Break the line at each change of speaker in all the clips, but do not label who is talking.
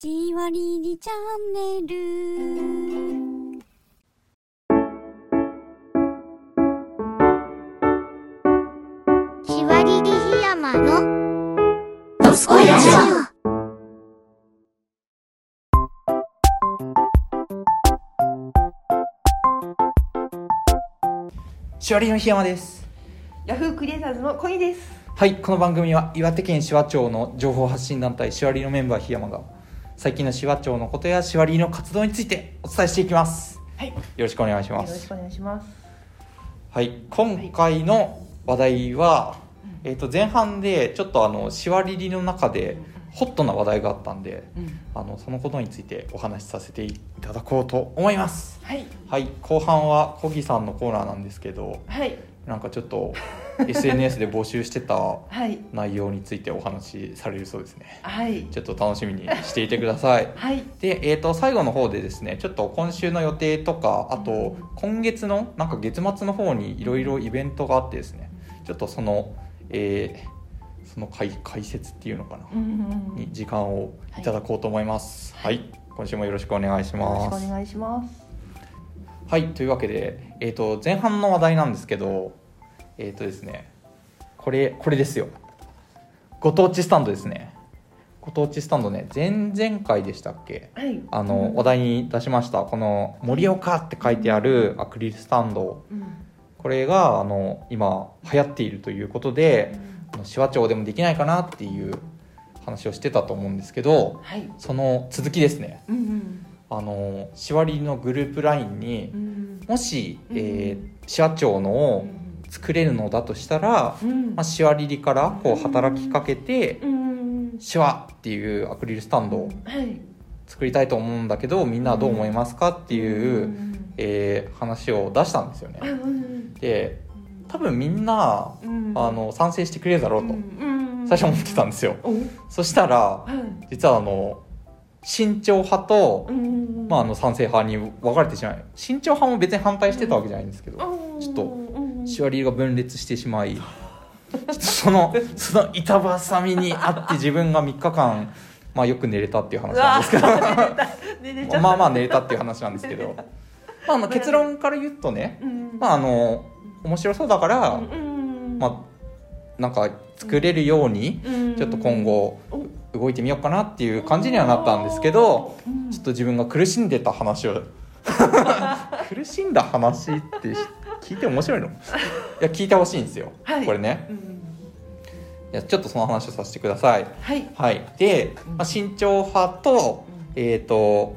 じわりにチャンネル。
しわりりひやまの
どすこいラジ
しわりの檜山です
ラフクリエイターズのコニーです。
はいこの番組は岩手県紫波町の情報発信団体しわりのメンバー檜山が最近の紫波町のことやしわりの活動についてお伝えしていきます
はい。よ
よろしくお願いしま
ろし
す
くお願いします。
はい今回の話題は、えっと前半でちょっとあのしわりの中でホットな話題があったんであのそのことについてお話しさせていただこうと思います
はい。
はい後半は小木さんのコーナーなんですけど
はい。
なんかちょっ と SNS で募集してた
はい。
内容についてお話しされるそうですね
はい。
ちょっと楽しみにしていてください
はい。
で、えー、と最後の方でですねちょっと今週の予定とかあ
う
と
ん
今月のなんか月末の方にいろいろイベントがあってですねちょっとその、えーその解解説っていうのかな
うんうんうん。よ
に時間をいただこうと思いますはい、今週もよろしくお願いし
ろし
ま
くお
す
願いします。
はいというわけで、えー、と前半の話題なんですけどえっ、とですねこれこれですよご当地スタンドですねご当地スタンドね前々回でしたっけ
はい。
あの、
うん
話題に出しましたこの「盛岡」って書いてあるアクリルスタンド
うん
これがあの今流行っているということであの紫波町でもできないかなっていう話をしてたと思うんですけど
はい。
その続きですね
うんうん
あのしわりのグループ LINE に
うん
もし、
うん
えー、シワ町のを作れるのだとしたら、
うん
まあ、シワリリからこう働きかけて、
うんうん
シワっていうアクリルスタンドを
はい。
作りたいと思うんだけどみんなはどう思いますかっていう、
うん
えー話を出したんですよ
うんう
ね。
ん
で多分みんな
うんうん
あの賛成してくれるだろうと
うん
最初思ってたんですよ。
おはい
そしたら実はあの慎重派と
う、んうん
まあ、あの賛成派に分かれてしまい慎重派も別に反対してたわけじゃないんですけど。
うん
ちょっと
うんうん
シワリが分裂してしまいそのその板挟みにあって自分が3日間、まあ、よく寝れたっていう話
う
なん
わ
ですけど
ー寝れちゃった
まあまあ寝れたっていう話なんですけど、まあ、あの結論から言うとね、
うん
まあ、あの面白そうだから、
うんうん
まあ、なんか作れるように
うん
ちょっと今後
うん
動いてみようかなっていう感じにはなったんですけど
うん
ちょっと自分が苦しんでた話を 苦しんだ話って聞いて面白いのいや聞いてほしいんですよ、
はい
これね。
うん
いやちょっとその話をさせてください。
はい
はい、で、まあ、慎重派と,、
う
えー、と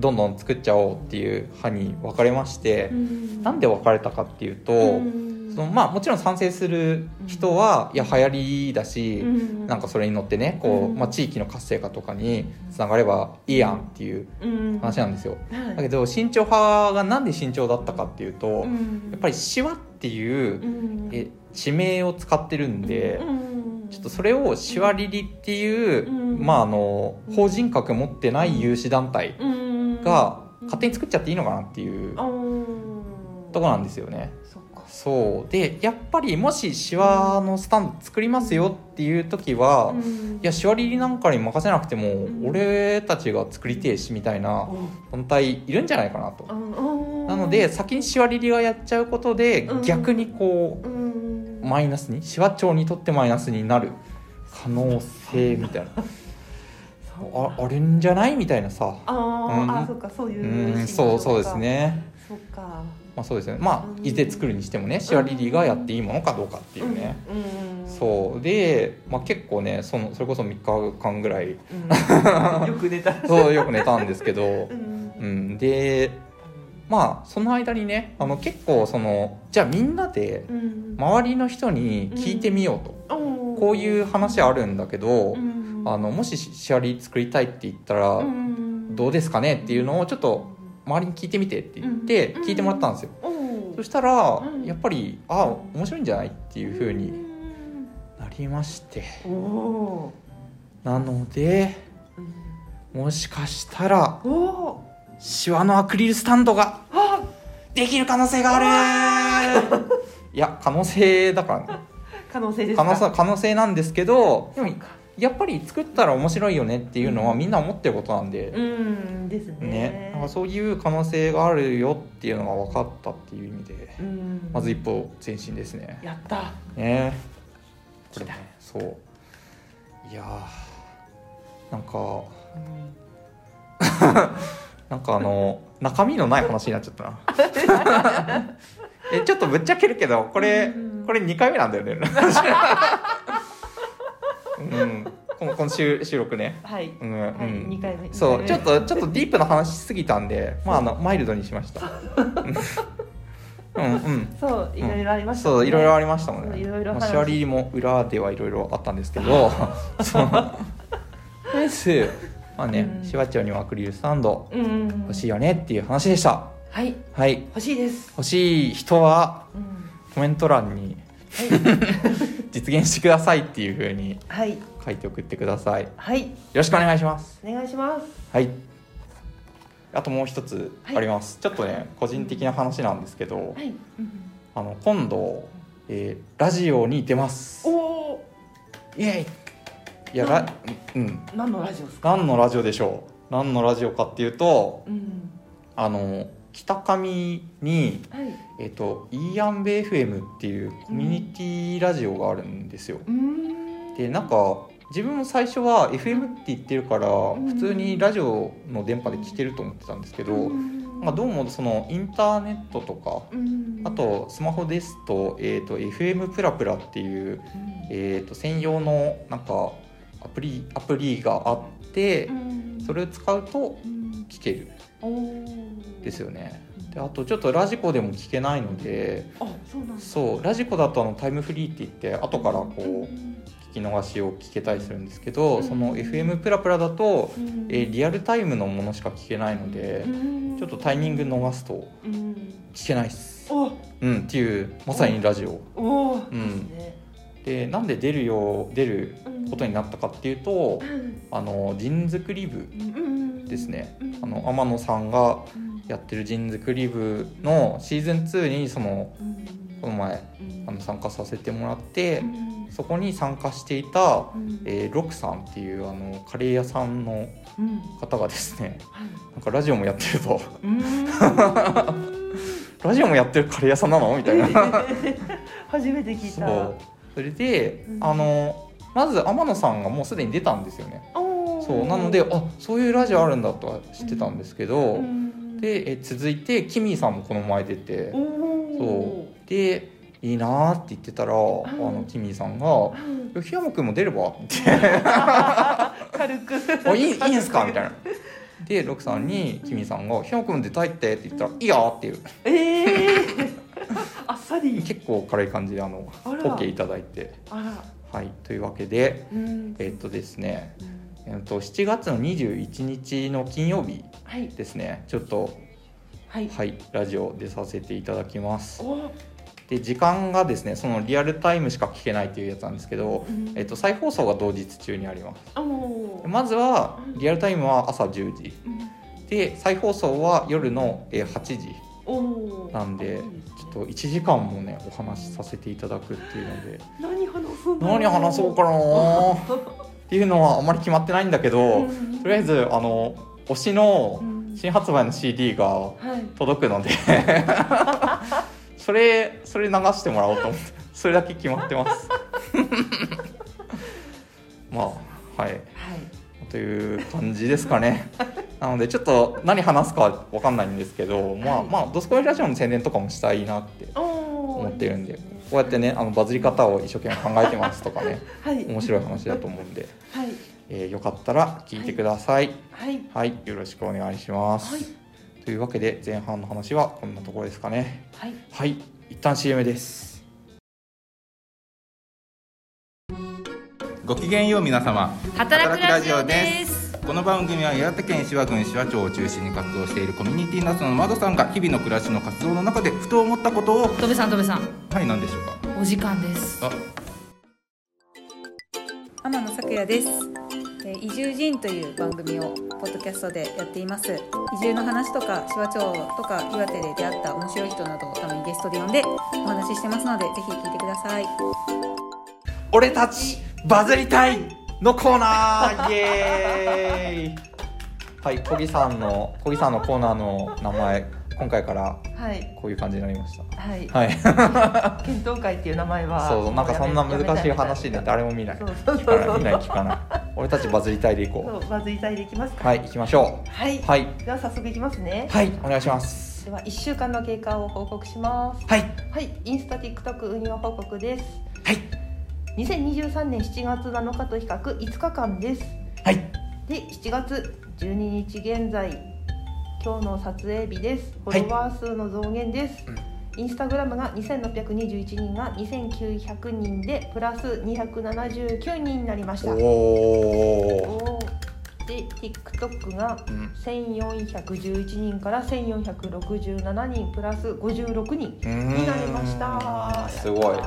どんどん作っちゃおうっていう派に分かれまして、
な
なんで分かれたかっていうと、そのまあ、もちろん賛成する人は、いや流行りだし、なんかそれに乗ってねこう、
うん
まあ、地域の活性化とかにつながればいいやんっていう話なんですよ。
な
だけ
ど
ど慎重派がなんで慎重だったかっていうと、
や
やっ
っ
ぱり「しわ」っていう、
り
え地名を使ってるんで。ちょっとそれをシワリリっていう、
うん
まああの
うん
法人格持ってない有志団体が勝手に作っちゃっていいのかなっていうとこなんですよね。
そっか
そうでやっぱりもしシワのスタンド作りますよっていう時は、いやシワリリなんかに任せなくても、
ん
俺たちが作りてえしみたいな団体いるんじゃないかなと。
な
なので先にシワリリがやっちゃうことで
うん
逆にこうマイナスにシワ町にとってマイナスになる可能性みたいな。ああれんじゃないみたいなさ
あ
うん
ーあそっかそう
う
いうん
そうそうですね
そっか
まあそうですねまあいずれ作るにしてもねシワリリがやっていいものかどうかっていうね、そうで、まあ、結構ねそのそれこそ3日間ぐらい
うんよく寝た
そうよく寝たんですけど
う、ん
うん、でまあその間にねあの結構そのじゃあみんなで
うん
周りの人に聞いてみようと、こういう話あるんだけど、
うん
あのもしシワリ作りたいって言ったら
うん
どうですかねっていうのをちょっと周りに聞いてみてって言って
うん
聞いてもらったんですよ、
おー
そしたら
うん
やっぱりあ面白いんじゃないっていう風になりまして
うんお
なので
ーうん
もしかしたら
おー
シワのアクリルスタンドが
あ
できる可能性があるいや可能性だからね
可能性です
可
か
能性可能性なんですけどでもやっぱり作ったら面白いよねっていうのは
うん
みんな思ってることなんで、
うんですね
ねなんかそういう可能性があるよっていうのが分かったっていう意味で
うん
まず一歩前進ですね。
やった
ねこ
来た
れねそういやーなんか なんかあの中身のない話になっちゃったな えちょっとぶっちゃけるけどこれ
うん
これ2回目なんだよね うんこの今週収録ね
はい
うん、
はい
うん
二回目二回
そう
目
ちょっとちょっとディープな話しすぎたんでまああのマイルドにし ましたうんうん
そういろいろありましたね
そういろいろありましたもん
そう
ね。
いろいろ
まあ
話
シャリも裏ではいろいろあったんです けど、 そうです。まあね
う、ん
シワチョにはアクリルスタンド
うん
欲しいよねっていう話でした。
はい
はい、
欲しいです
欲しい人は
うん
コメント欄に
はい
実現してくださいっていう風に
はい
書いて送ってください。よ
はい
ろしくお願いします。
お願いします
はい。あともう一つあります。ちょっとね、個人的な話なんですけど、
はい
あの今度、えーラジオに出ます
お。お
イエイいやら、うん、
ー何のラジオですか
何のラジオでしょう何のラジオかっていうと
うん
あの北上に、
はい
えっとイーアンベ FM っていうコミュニティラジオがあるんですよ。
うーん
でなんか自分も最初は FM って言ってるから
ん
普通にラジオの電波で聞いてると思ってたんですけど、まあ、どうもそのインターネットとか
うん
あとスマホですと,、えっと FM プラプラってい
う
う
ん
えー、と専用のなんかアプリアプリがあって
うん
それを使うと
うん
聞ける
おー
んですよねであとちょっとラジコでも聞けないので
あそうなんだ
そうラジコだとあのタイムフリーって言って後からこう聞き逃しを聞けたりするんですけどその FM プラプラだと、
うん
えーリアルタイムのものしか聞けないので
うん
ちょっとタイミング逃すと
うん
聞けないっす、
お
うん、っていうまさにラジオ
おお
うんでなんで出るよう出ることになったかっていうと、あの人作り部ですねあの天野さんがやってる人作り部のシーズン2にそのこの前あの参加させてもらってそこに参加していた、えーロクさんっていうあのカレー屋さんの方がですねなんかラジオもやってると ラジオもやってるカレー屋さんなのみたいな
初めて 聞い
そ
た
うそれで
うん
あのまず天野さんがもうすでに出たんですよね
おー
そうなのであそういうラジオあるんだとは知ってたんですけど、
うん
でえ続いてキミーさんもこの前出て
おー
そでいいなーって言ってたら、あのキミーさんが「いや檜山君も出れば?」 って
軽 く
「もういいいいんすか?」みたいな。で六さんにキミーさんが「檜山君も出たいって」って言ったら「いいよ」っていう
ええ ーあっさり
結構軽い感じであの
あら
OK いただいて。
あら
はいというわけで
うん
えっとですね、えっと、7月の21日の金曜日
はい
ですねちょっと
はい
はいラジオ出させていただきます。
お
で時間がですねそのリアルタイムしか聞けないというやつなんですけど、
うん
えっと、再放送が同日中にあります
あもう
まずはリアルタイムは朝10時
うん
で再放送は夜のえー8時
おー
なんで
あいいすね
ちょっと1時間もねお話しさせていただくっていうので
何話すんだろ
何話そうかなーっていうのはあんまり決まってないんだけど
うん
とりあえずあの推しの
うん
新発売の CD が
はい
届く のでそれそれ流してもらおうと思ってそれだけ決まってます まあはい
はい
という感じですかね なのでちょっと何話すかわかんないんですけどまあ
はい
まあ「ドスコイラジオ」の宣伝とかもしたいなって
思
思ってるんでこうやってねあのバズり方を一生懸命考えてますとかね
はい
面白い話だと思うんで、
はい
えーよかったら聞いてください
はい
はい、よろしくお願いします、
はい
というわけで前半の話はこんなところですかね
はい
はい、一旦 CM です。
ごきげんよう皆様
働くラジオです
この番組は岩手県紫波郡紫波町を中心に活動しているコミュニティナスの窓さんが日々の暮らしの活動の中でふと思ったことを
戸部さん戸部さん
はい何でしょう
お時間です
かあ
天野咲也ですえー移住人という番組をポッドキャストでやっています移住の話とか手話町とか岩手で出会った面白い人などをたまにゲストで呼んでお話ししてますのでぜひ聞いてください
俺たちバズりたい。のコーナーイエーイはい小木さんの小木さんのコーナーの名前今回から
はい
こういう感じになりまし
はい
たはい
検討会っていう名前は
そうそうなんかそんな難しい話で
だ
誰も見ない
そうそう
聞
そう
かな
そ
いう見ない聞かない俺たちバズりたいでいこ
そうまずいたいでいきます
う
か
はい行きましょ
はい、
うはい
では早速いきますね
はいお願いします
では1週間の経過を報告します
はい
はい、インスタ TikTok 運用報告です。
はい。
2023年7月7日と比較5日間です。
はい
で、7月12日現在、今日の撮影日です。フ
はい
ォロワー数の増減です。インスタグラムが2621人が2900人でプラス279人になりました。
おお、
おーで、TikTok が
うん
1411人から1467人プラス56人。になりました。
すごい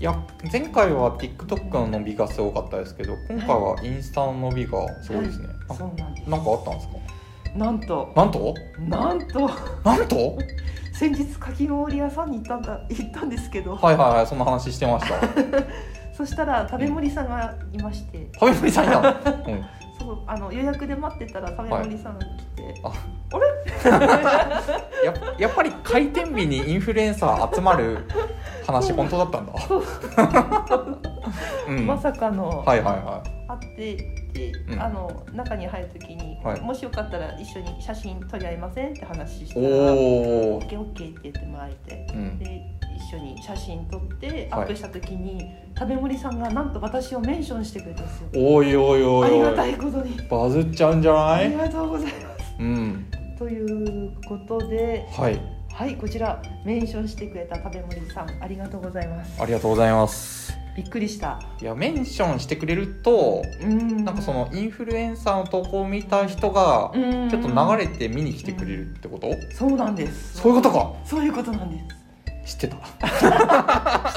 いや前回は TikTok の伸びがすごかったですけど今回はインスタの伸びがすごいですね、なんか
そうなんで
なんかあったんですか
す。なんと、
なんと
なんと、
なんと
先日かき氷屋さんに行ったんだ、行ったんですけど。
はいはいはいそんな話してました
そしたら、食べ盛りさんがいまして、
食べ盛りさん やん、うん、
そう、あの予約で待ってたら、食べ盛りさんが来て。
あ
あれ。
ややっぱり開店日にインフルエンサー集まる話本当だったんだうん、
まさかの、
はいはいは
あって、で、
うん
あの、中に入るときに、
はい
もしよかったら、一緒に写真撮り合いませんって話し
い
たら。オッ
おお、
ケー、オッケーって言ってもらえて。
うん、
で一緒に写真撮ってア
はい
ップした時に、食べ盛りさんがなんと私をメンションしてくれたんですよ
おいおいお
あり
いお
が
い
たいことに
バズっちゃうんじゃな
あり
い
がとうございます
うん
ということで
はい
はいこちらメンションしてくれた食べ盛りさんありがとうございます
ありがとうございます
びっくりした
いやメンションしてくれると
うん
なんかそのインフルエンサーの投稿を見た人が
うん
ちょっと流れて見に来てくれるってこと、
そうなんです
そういうことか
そういうことなんです
知ってた
してたか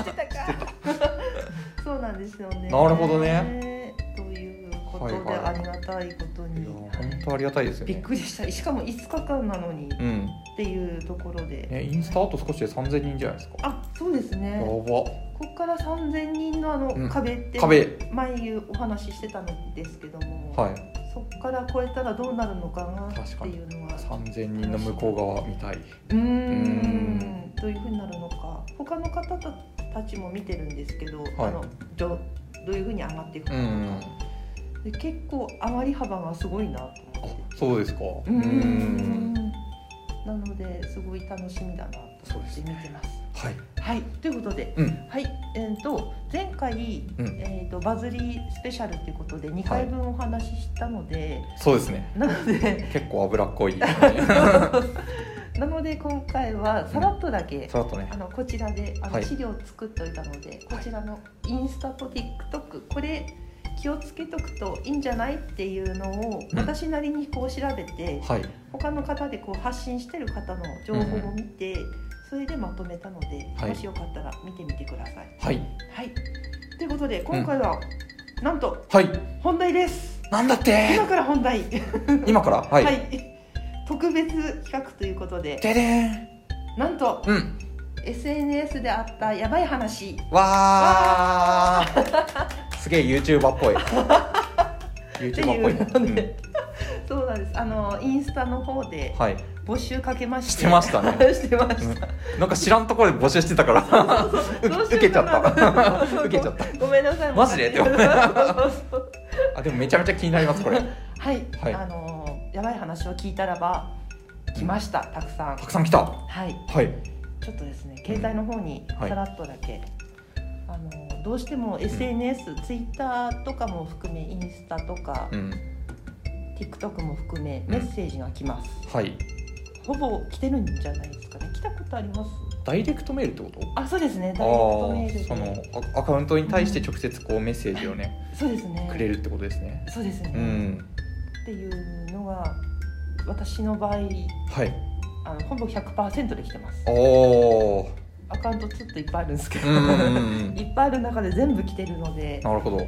そうなんですよね
なるほどね
ということで、
はいはい
ありがたいこと
い
に
や本当ありがたいですよ
びっ
ね
くりしたしかも5日間なのにっ
うん
ていうところで、
ねインスタあと少しで3000人じゃないですか
あそうです
や
ねこ
ば
こから3000人のあ
うん
の壁って、
壁
前言お話ししてたんですけども、
はい
そこから超えたらどうなるのかなっていうのは
3000人の向こう側みたいうう
ー
ー
んどういうふうになるのか他の方たちも見てるんですけど、あのどどういうふうに上がっていく
う
のか、
ん
で結構上がり幅がすごいなと
あ
思って
そうですか
う
う
ーん
ん
なのですごい楽しみだなと思って見てます。
はい
はいということで、
うん
はい、えー、と前回、
うん
えー、とバズりスペシャルということで2回分お話ししたので、
そうですね
なので
結構脂っこい
なので今回はさらっとだけ、
さらっとね
あのこちらであ
は
の
い
資料を作っておいたので、こちらのインスタと TikTok これ気をつけとくといいんじゃないっていうのを
うん
私なりにこう調べて、
はい
他の方でこう発信してる方の情報を見て、それでまとめたので、
はい
もしよかったら見てみてください。
はい
はい。ということで今回は、なんと
はい
本題です。
なんだって
今から本題。
今からは、
はいい、特別企画ということで、
ででーん
なんと
うん
SNS であったやばい話。
わーすげえ YouTuber っ ぽい YouTuber っぽい
っていうのでそうなんです。あのインスタの方で
うんはい
募集かけまして。
してましたね
してました。
なんか知らんところで募集してたから
どう
受
しよ
け
う
ちゃ
か
っ
な
た受 けちゃった。
ごめんなさい。
マジで って思う
そうそうそう
あでもめちゃめちゃ気になりますこれ
はい、
はい
あのやばい話を聞いたらば来ました、たくさん
たくさん来たは
はい
い
ちょっとですね携帯の方に
はい
さらっとだけ、あのどうしても SNS、ツイッターとかも含めインスタとか、
うん
TikTok も含め
ん
メッセージが来ます、
はい
ほぼ来てるんじゃないですかね来たことあります
ダイレクトメールってこと
あそうですね
あ
ダイレクトメ
ー
ールで
そのアアカウントに対して直接こうメッセージをね
そうですね
くれるってことですね
そうですね、
う
っ
ん
ていうのが私の場合
はい
あのほぼ100%で来てます
おー
アカウントちょっといっぱいあるんですけど、
うんうんうんうん
いっぱいある中で全部来てるので、
なるほど
はい、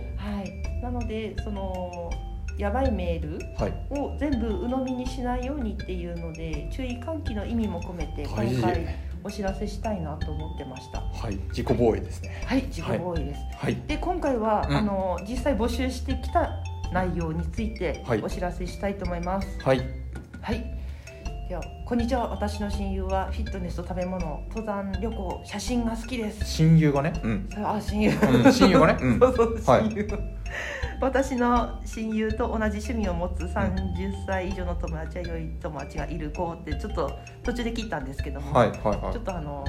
なのでそのやばいメール
はい
を全部鵜呑みにしないようにっていうので注意喚起の意味も込めて
大事
今回お知らせしたいなと思ってました。
はい、自己防衛ですね。
はい、自己防衛です。
はい、
で今回は、
うん
あの実際募集してきた内容について
はい
お知らせしたいと思います。
はい、
はい。ではこんにちは。私の親友はフィットネスと食べ物、登山旅行、写真が好きです。
親友がね、うん、
あ、親友。
うん親友がねうん
そうそう、
はい
親友。私の親友と同じ趣味を持つ30歳以上の友達や良い友達がいる子ってちょっと途中で聞いたんですけども、
はい、はい、はい
ちょっ。とあの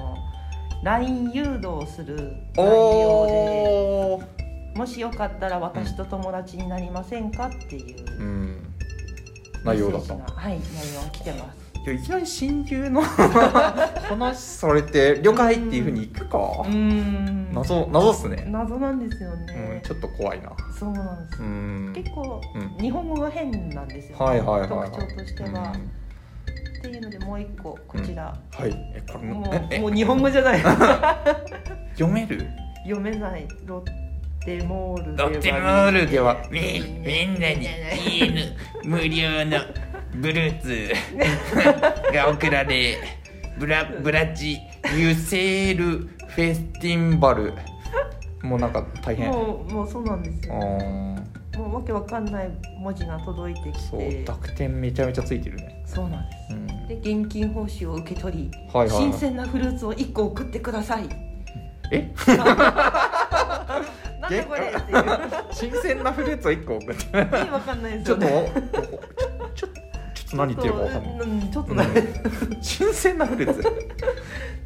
LINE 誘導する内容で
おー、
もしよかったら私と友達になりませんかっていう、
うん、内容だった
メ。ッセージがはい内容が来てます
いやいきなり親友の 話されて了解っていうふうにいくか、
ん
謎謎っすね、
謎なんですよ
うん
ね、、
ちょっと怖いな
そうなんです、
うん
結構、
うん
日本語が変なんですよ、ね
はいはいはいはい
特徴としては、
う
っ
ん
ていうのでもう一個こちら、
はいえこれ
も
え
う
え
もう日本語じゃない
読める
読めないロッテモールで
ロッテモールではみみんなにチーム無料のブルー ツが送られブラブラジユセールフェスティンバルもうなんか大変あ
もうもうそうなんですよ
ー
もうわけわかんない文字が届いてき
そう
て
濁点めちゃめちゃついてるね、
そうなんで
うん、
すで現金報酬を受け取り、
はいはい
新鮮なフルーツを1個送ってください
え
なんだこれっていう
新鮮なフルーツを1個送って
意味わかんないです
ちょ
よ
っと
ね
ちょちょちょっと何言ってるかわかんない
うんちょっとね、
う
っ
新鮮なフルーツ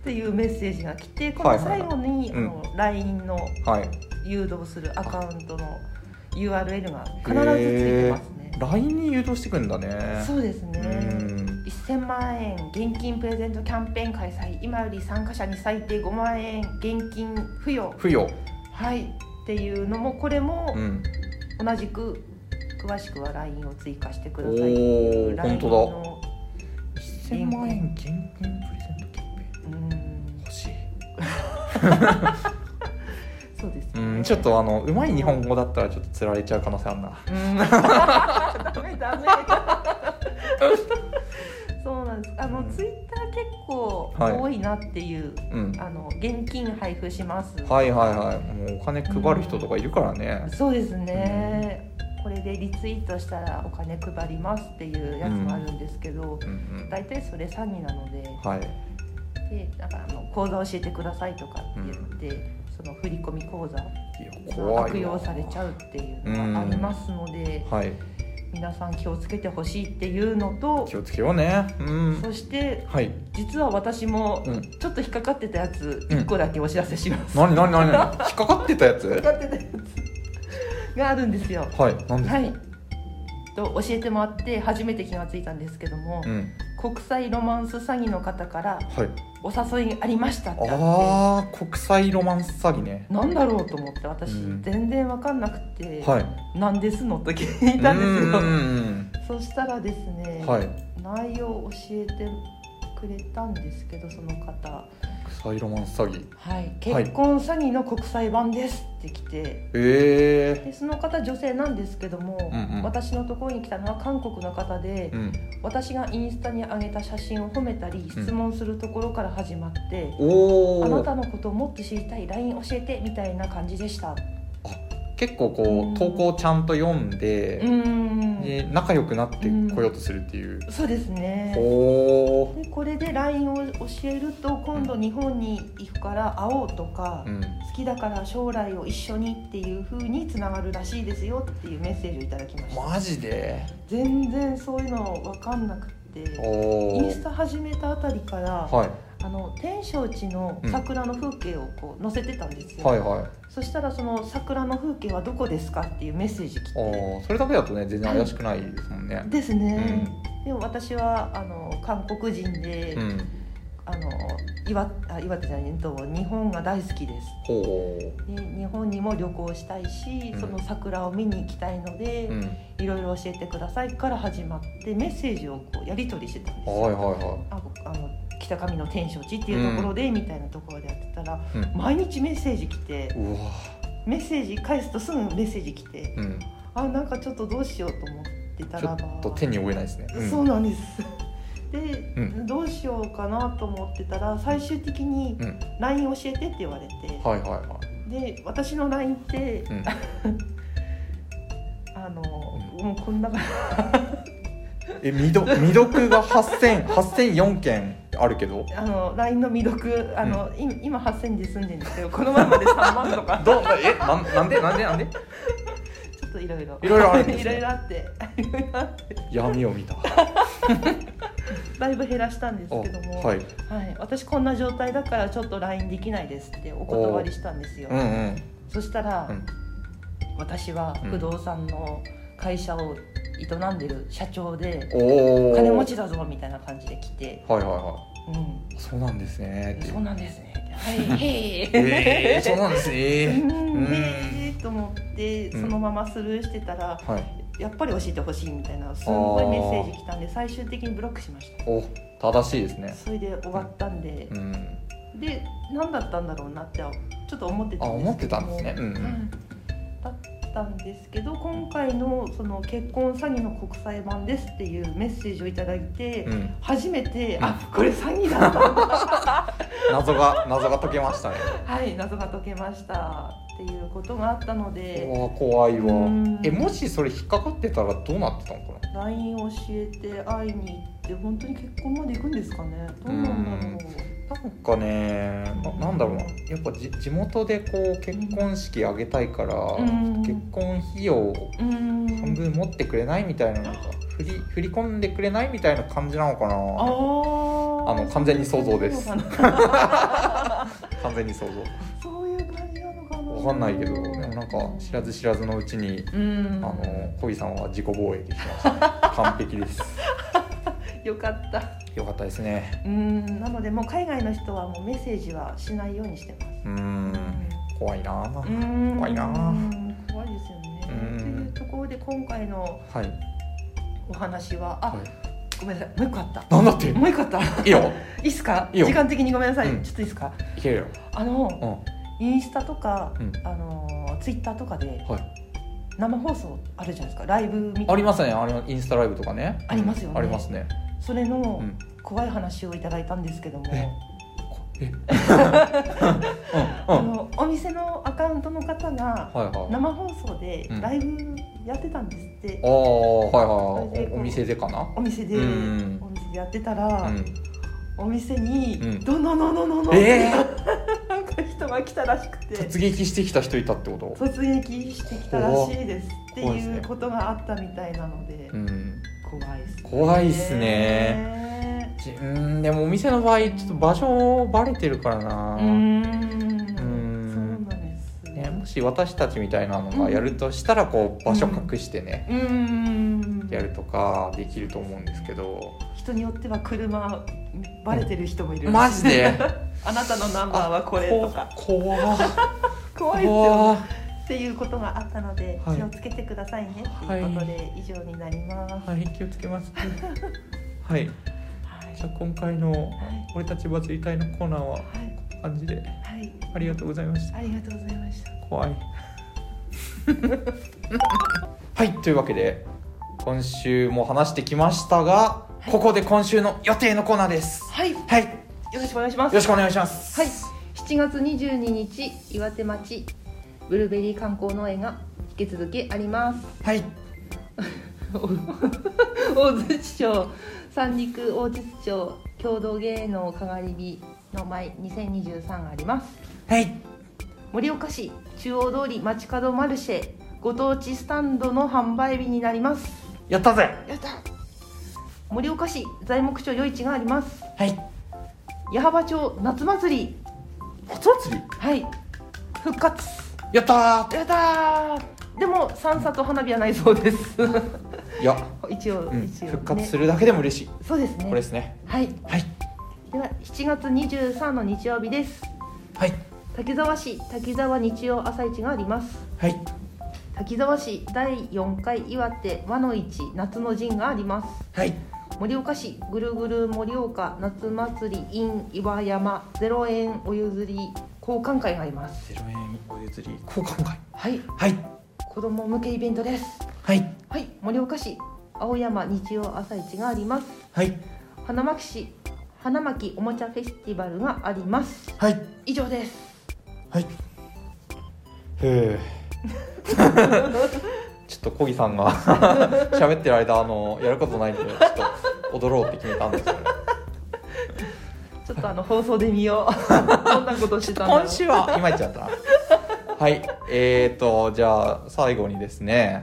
ていうメッセージが来てこ
は
の
いはい
最後に、
うん
あの LINE の
はい
誘導するアカウントの URL が必ずついてますね
LINE に誘導してくんだね
そうです
う
ね
ん
1000万円現金プレゼントキャンペーン開催今より参加者に最低5万円現金付与
付与
はいっていうのもこれも
うん
同じく詳しくは LINE を追加してく
お
ださいっ
お
ていう
ー本
LINE
当
の
だ1000万円現金プレゼントキャンペーン
うん
欲しい
そうです
う
ね
んちょっとあのうまい日本語だったらちょっとつられちゃう可能性あるな
ダメダメそうなんですあの、
うん
ツイッター結構
はい
多いなっていう、
うん
あの現金配布します
はいはいはいもうお金配る人とかいるからね
そうですね、これでリツイートしたらお金配りますっていうやつもあるんですけど、
うんうん
大体それ詐欺なので
はい
でなんかあの口座教えてくださいとかって言って、その振込口座
いや
が
怖い
悪
わ
用されちゃうっていうのがありますので、
はい
皆さん気をつけてほしいっていうのと
気をつけようねうん
そして
はい
実は私も
うん
ちょっと引っかかってたやつ
うん
1個だけお知らせします、
何何何何引っかかってたやつ
引っかかってたやつがあるんですよ
はい何ですか、
はいと教えてもらって初めて気がついたんですけども、
うん
国際ロマンス詐欺の方から
はい
お誘いありましたってあっ
ああ国際ロマンス詐欺ね
てなんだろうと思って私、
うん
全然わかんなくて
はい
なんですの?」と聞いたんですよそしたらですね、
はい
内容を教えてくれたんですけどその方
国際ロマンス詐欺
はい、
はい
結婚詐欺の国際版ですって来て、
え
でその方女性なんですけども、
うんうん
私のところに来たのは韓国の方で
え、うん
私がインスタに上げた写真を褒めたり質問するところから始まって、
お
あなた
お
のことをもっと知りたい LINE 教えてみたいな感じでした
結構こ
うん
う投稿ちゃんと読ん
うー
で、
ん
で仲良くなってこようとするっていう、
そうですね
おお
でこれで LINE を教えると今度日本に行くから会おうとか、
うん
好きだから将来を一緒にっていう風につながるらしいですよっていうメッセージをいただきました
マジで
全然そういうの分かんなくて
お
イ
お
ンスタ始めたあたりから、
はい
あの天正寺の桜の風景をこう載せてたんですよ、
はいはい
そしたらその桜の風景はどこですかっていうメッセージ来
あ
て
ーそれだけだとね全然怪しくないですもんね、
です
う
ね、
ん
でも私はあの韓国人で、
うん
あの岩あ岩手じゃないえっと日本が大好きです
ほう
で日本にも旅行したいし、
うん
その桜を見に行きたいので
う、ん、はい
いろいろ教えてくださいから始まってメッセージをこうやり取りしてたんですよ
はいは
ああの北上の天正寺っていうところで、みたいなところでやってたら、
うん
毎日メッセージ来て
いうわ
メッセージ返すとすぐメッセージ来て
うん
あなんかちょっとどうしようと思ってた
ちょ
らば
っと手に負えないですね、うん
そうなんですで、
うん
どうしようかなと思ってたら最終的に
うん
「LINE 教えて」って言われて、
はいはいは
で私の LINE って、
うん
あの、もうこんな感じ
いえ未読未読が8000 8004件あるけど
あの LINE の未読あの、い今8000で済んでるんですけどこの前まで3 万とか
どうえなんなんでなんでなんで
ちょっといろいろ
いろいろあるんですね
いろいろあっていろいろあって
闇を見た
だいぶ減らしたんですけども、
あはい
はい私こんな状態だからちょっと LINE できないですってお断りしたんですよ
うんうん
そしたら、
うん
私は不動産の会社を営んでる社長で、
おお
金持ちだぞみたいな感じで来て、
はいはいは
うん、
いそうなんですねってい
そう
う
なんで すねはいへ え
えー、そうなんです
う
ね
ん
うん
へえと思ってそのままスルーしてたら、
はい
やっぱり教えてほしいみたいなすんごいメッセージ来たんで最終的にブロックしました
お正しいですね
それで終わったんで
う、ん
で何だったんだろうなってちょっと思って
あ
たん
思
で
っ
すけ
て
ど
たん
も
ですねうんうん
だったんですけど今回のその結婚詐欺の国際版ですっていうメッセージをいただいて、
うん
初めて、
うん
あこれ詐欺だったんだ
謎が謎が解けましたね
はい謎が解けましたっていうことがあったので
うわ怖いわ
うん
えもしそれ引っかかってたらどうなってたのかな
LINE 教えて会いに行って本当に結婚まで行くんですかねどうなんだろう
うんなんかねななんだろうなやっぱじ地元でこう結婚式あげたいから、
うん
結婚費用
うーん
半分持ってくれないみたいななんか振り振り込んでくれないみたいな感じなのか
あ
な
ー
あの完全に想像です
そうな のかな
完全に想像
そういう感じなのかな
わかんないけどでもなんか知らず知らずのうちに
うん
あの恋さんは自己防衛できましたね、完璧です
よかった
よかったですね
うんなのでもう海外の人はもうメッセージはしないようにしてます。
うーん怖いなあ
うん
怖いな
怖いですよね。
うん
っていうところで今回の
はい
お話はあ、
はい
ごめんなさいもう一個あった。
なんだってい
もう一個あった。い
いよ
いっすか
いいよ
時間的にごめんなさい、
うん
ちょっといいっすか
いけるよ
あ
う
の、
ん
インスタとか、
うん
あのツイッターとかで
は
生放送あるじゃないですかライブみたいな
ありますねありますインスタライブとかね
ありますよね
ありますね
それの
うん
怖い話をいただいたんですけども、
ええうん
あ
うん
のお店のアカウントの方が
はいはい
生放送で
うん
ライブやってたんですって、
ああはい
それ
はい
で
おお店でかな
お店で、
うん
お店でやってたら、
うん
お店に、
うん
どののののの
え
なんか人が来たらしくて
突撃してきた人いたってこと
突撃してきたらしいですって
怖いです
い
ね
うことがあったみたいなので、
うん
怖いっすね
怖いっすねじうんでもお店の場合ちょっと場所バレてるから
う
な
ーん
ん
そうなんです
ね、もし私たちみたいなのがやるとしたらこう場所隠してね、
うーん
やるとかできると思うんですけど、
人によっては車バレてる人もいる、
マジで
あなたのナンバーはこれとか
怖っ
怖いっすよね
怖っ
っていうことがあったので、
はい
気をつけてくださいねっていうことで以上になります。
はい気をつけますはい
はい
じゃあ今回の「俺たちバズりたい」のコーナーは
はい、
こんな感じで
はい、
ありがとうございました
ありがとうございました。
怖い はいというわけで今週も話してきましたが、ここで今週の予定のコーナーです
はい、よ
はいよ
ろしくお願いします。
ろしくお願いします
はい、7月22日、岩手町ブルーベリー観光農園が引き続きあ ります。
はい
大槌町、三陸大槌町共同芸能かがり火の舞2023あります。
はい
盛岡市中央通り街角マルシェご当地スタンドの販売日になります。
やったぜ
やった盛岡市材木町余市があります
はい
矢巾町夏祭り
夏祭り
はい復活
やった
やったーでも散策と花火はないそうです
ーいや、
一応、
うん、
一応、ね、
復活するだけでも嬉しい、
そうですね
これですね
はい
はい
では7月23の日曜日です
はい
滝沢市滝沢日曜朝市があります
はい
滝沢市第4回岩手和の市夏の陣があります
はい
盛岡市ぐるぐる盛岡夏祭り in 岩山ゼロ円お譲り交換会があります
ゼロ円お譲り交換会
はい
はい
子供向けイベントです
はい
はい盛岡市青山日曜朝市があります
はい
花巻市花巻おもちゃフェスティバルがあります
はい
以上です
はいへえ ちょっと小木さんが 喋ってる間あのやることないんでちょっと踊ろうって決めたんですけど
ちょっとあの放送で見よ うどんなことしてたんだろう
今週はいまいちだったなはいえー、とじゃあ最後にですね、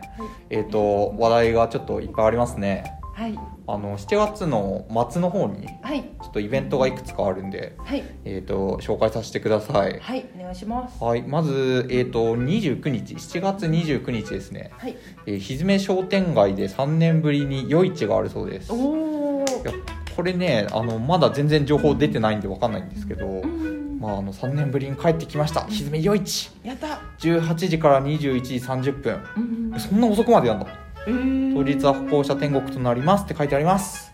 えー、と話題がちょっといっぱいありますね
はい
あの7月の末の方にち
はい
ょっとイベントがいくつかあるんで、
はい
えー、と紹介させてください
はいお願いします
はいまず、えー、と29日7月29日ですね、
はい
えー、ひずめ商店街で3年ぶりに夜市があるそうです
おおー
いやこれねあのまだ全然情報出てないんでわかんないんですけど、
うん
まあ、あの3年ぶりに帰ってきましたひずめ夜市
やった
18時から21時30分
うん
そんな遅くまでやんだ
えー
当日は歩行者天国となりますって書いてあります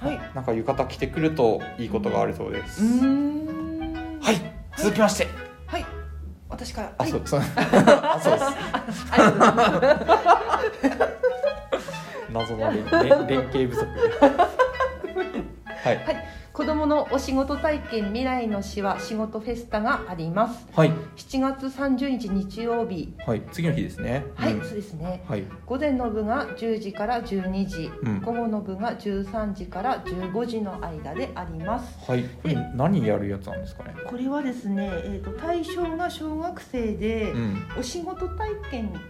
はい
なんか浴衣着てくるといいことがあるそうで
う
す
ーん
はい続きまして
はい私から
あ
はい
そうそう あそうです
ありがとうございます
謎の連連 連携不足はい
子どものお仕事体験未来のしわ仕事フェスタがあります
はい
7月30日日曜日
はい次の日ですね
はい、
うん
そうですね
はい
午前の部が10時から12時、
うん
午後の部が13時から15時の間であります
はいこれ何やるやつなんですかね
これはですね、えー、と対象が小学生で
うん
お仕事体験みたいな
へ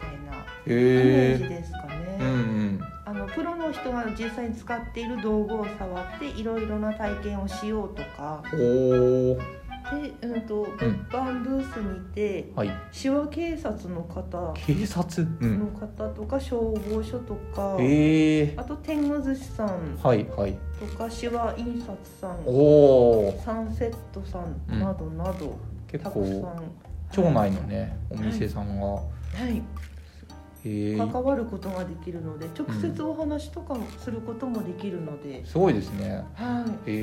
え
ですかね
うんうん
あのプロの人が実際に使っている道具を触っていろいろな体験をしようとか
おお
で、うん、と
うん
バンブースにて
はい
手話警察の方
警察う
の
ん
方とか消防署とか、
へえ
あと天狗寿司さん
はいはい
とか手話印刷さん
おお
サンセットさん
うん
などなど、
結
たくさん
構町内のねお店さんが、
はい、
へえ
関わることができるので直接お話とかもすることもできるので、
すごいですね
はい
へえ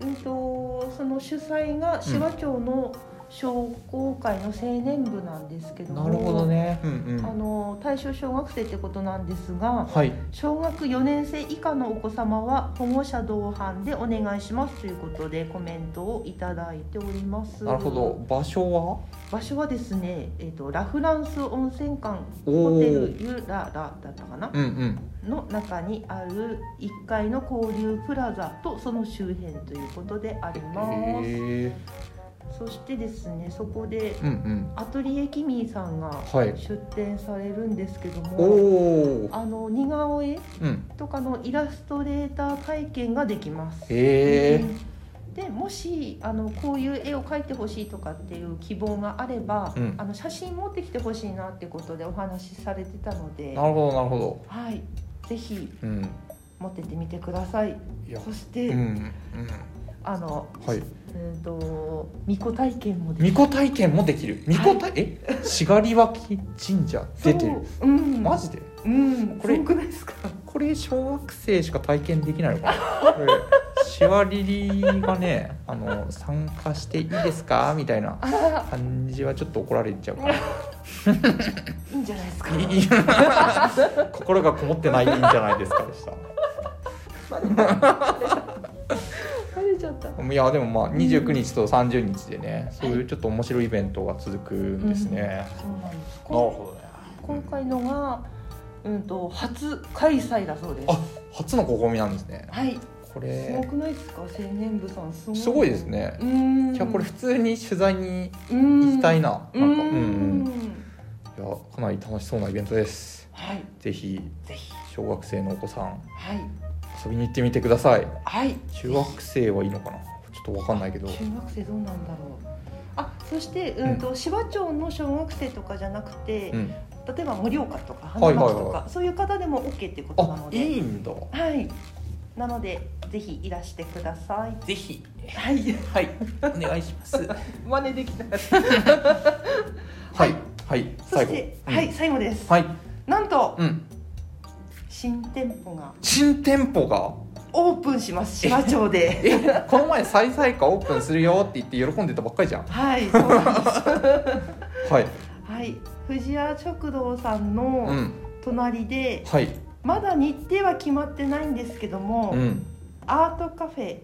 で、うん、とその主催が紫波町の商工会の青年部なんですけども
なるほどねうんう
あ
ん
の対象小学生ってことなんですが
はい
小学4年生以下のお子様は保護者同伴でお願いしますということでコメントをいただいております
なるほど場所は
場所はですね、えー、とラフランス温泉館
おー
ホテルユララだったかな
うんうん
の中にある1階の交流プラザとその周辺ということであります
へえ
そしてですねそこで
うんうん
アトリエキミーさんが
はい
出展されるんですけど
お
も、
お
あの似顔絵
うん
とかのイラストレーター体験ができます。
へえ
うんでもしあのこういう絵を描いてほしいとかっていう希望があれば、
うん
あの写真持ってきてほしいなってことでお話しされてたので、
なるほどなるほど
はい、ぜひ
うん
持ってってみてください。
いや
そして、
うんうん
あの
はい
うんと巫女体験もで
巫女体験もできる巫女体、えしがりわき神社出てる、
そううん、
マジで
うん、
これ
すごくないですか。
これ小学生しか体験できないの かなこれシワリリがねあの参加していいですかみたいな
あら、
感じはちょっと怒られちゃうから
いいんじゃないですか。
いい 心がこもってないいいんじゃないですかでした
疲れちゃった。
いやでもまあ29日と30日でねそういうちょっと面白いイベントが続くんですね、
そうなんです。
なる
こ
ほどね
今回のが、うんと初開催だそうです。
あ初の試みなんですね
はい。
こ
すご
れ
くないですか、青年部さん。すごい。
すごいです。ね
うーん。
いやこれ普通に取材に行
行
きたい
な。
な,、
う
なんんかうんうん
ん。
いやかなり楽しそうなイベントです
はい。
ぜひ
ぜひ。
小学生のお子さん
はい。
遊びに行ってみてください
はい。
中学生はいいのかなちょっとわかんないけど
中学生どうなんだろう。あ、そして、うんと、芝町の小学生とかじゃなくて、
うん
例えば盛岡とか、
は
花
いはいはい
巻とか、そういう方でもオッケーってことな
あ
ので。
いいんだ
はい。なので、ぜひいらしてください。
ぜひ
はい。
はいお願いします は
真似できない。
いはい
そ
最
し
後
て、
うん
はい、最後です。
はい
なんと、
うん
新店舗が
新店舗が
オープンします。島町で。
えこの前再々化オープンするよって言って喜んでたばっかりじゃん
はい、そうなんです。
はい
はい、藤屋食堂さん
う
の
ん
隣で、
はい
まだ日程は決まってないんですけども。
うん
アートカフェ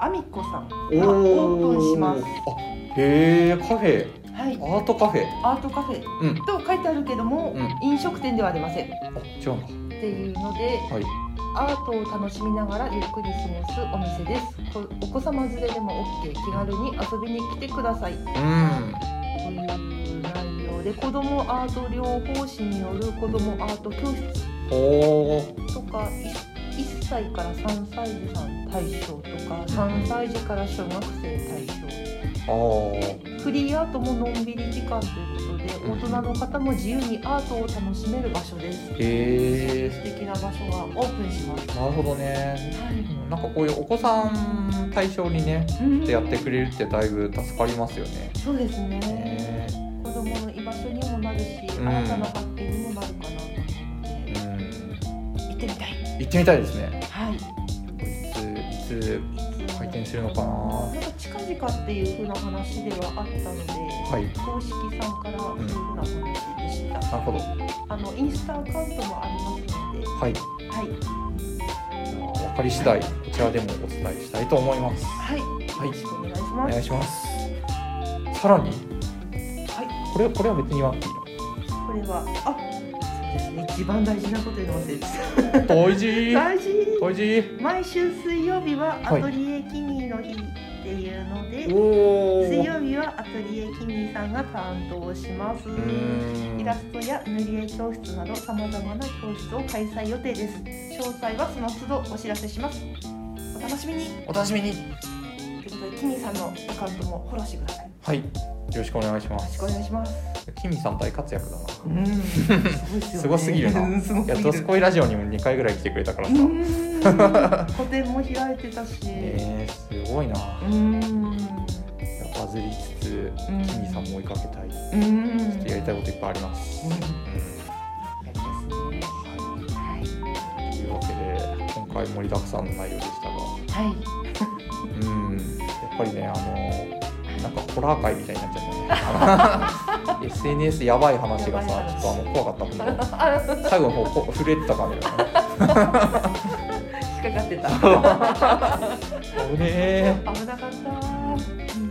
アミコさんが
お
オープンします。
あへえカフェ
はい
アートカフェ
アートカフェ
うん
と書いてあるけども、
うん
飲食店ではありませんっ
あ違うんだ
ていうので
はい
アートを楽しみながらゆっくり過ごすお店ですこお子様連れでも OK 気軽に遊びに来てくださいと
うん
いう内容で子どもアート療法士による子どもアート教室
おー
とかい1歳から3歳児さん対象とか3歳児から小学生対象
あー
フリーアートものんびり時間ということで大人の方も自由にアートを楽しめる場所です
へえ
素敵な場所がオープンします
なるほどね
はい
なんかこういうお子さん対象にねってやってくれるってだいぶ助かりますよね
そうですね
へ
子供の居場所にもなるし
ん
新たな発見にもなるかなと思うの
え
で行ってみたい
行ってみたいですね
はい
いついつ開店するのかなは
なんか近々っていうふうな話ではあったので
い
公式さんからそういうふうな話でした、
なるほど
あのインスタアカウントもありますので
はい
はい
分かり次第こちらでもお伝えしたいと思います
はい、
はい
よろしくお願いし
お
ます
願いしますさらに
は
これこれは別に言わなくていいの
これはあそうですね一番大事なこと言うの忘れてた
おいしい
大事
おいしい
毎週水曜日は
は
ア
い
トリエキミーの日っていうので、
おー
水曜日はアトリエキミーさんが担当します
うーん
イラストや塗り絵教室などさまざまな教室を開催予定です詳細はその都度お知らせしますお楽しみに
お楽しみに
ということでキミーさんのアカウントもフォローしてくださいよ
はいよろしくお願いしま
ろし
す
くお願いします
キミさん大活躍だな
うんすごいですよね
すごすぎるな
うんすごすぎ
や
る
っとすこいラジオにも2回ぐらい来てくれたからさ
うん個展も開いてたし、
えー、すごいな
うん
バズりつつ
うん
キミさんも追いかけたいち
う
ょ
ん
っとやりたいこといっぱいあります、うんはい、というわけで今回盛りだくさんの内容でしたが
はい
うん、やっぱりね、あの、なんかホラー界みたいになっちゃった ね。S. N. S. やばい話が
やばい
さ、ちょっ
話
とあの怖かったほんと。最後の方、こ震えてた感じだね。
引っかかってた。
危ねえ。
危なかった。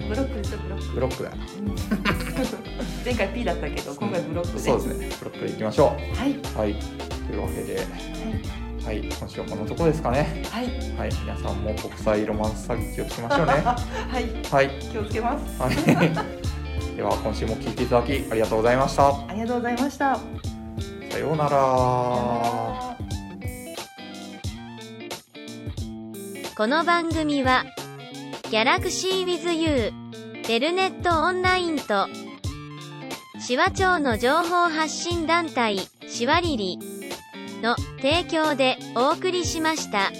ブロックでしょブ ロック。
ブロックだ。
前回 P だったけど今回ブロックで。
そうですね。ブロックでいきましょ
はい。
う。はい、というわけで。はい、今週はこのとこですかね。
はい。
はい、皆さんも国際ロマンス詐欺気をつけましょうね。
はい。
はい、
気をつけます。
はい。では、今週も聞いていただき、ありがとうございました。
ありがとうございました。
さようなら。
この番組はギャラクシーウィズユーベルネットオンラインとシワ町の情報発信団体シワリリの提供でお送りしました。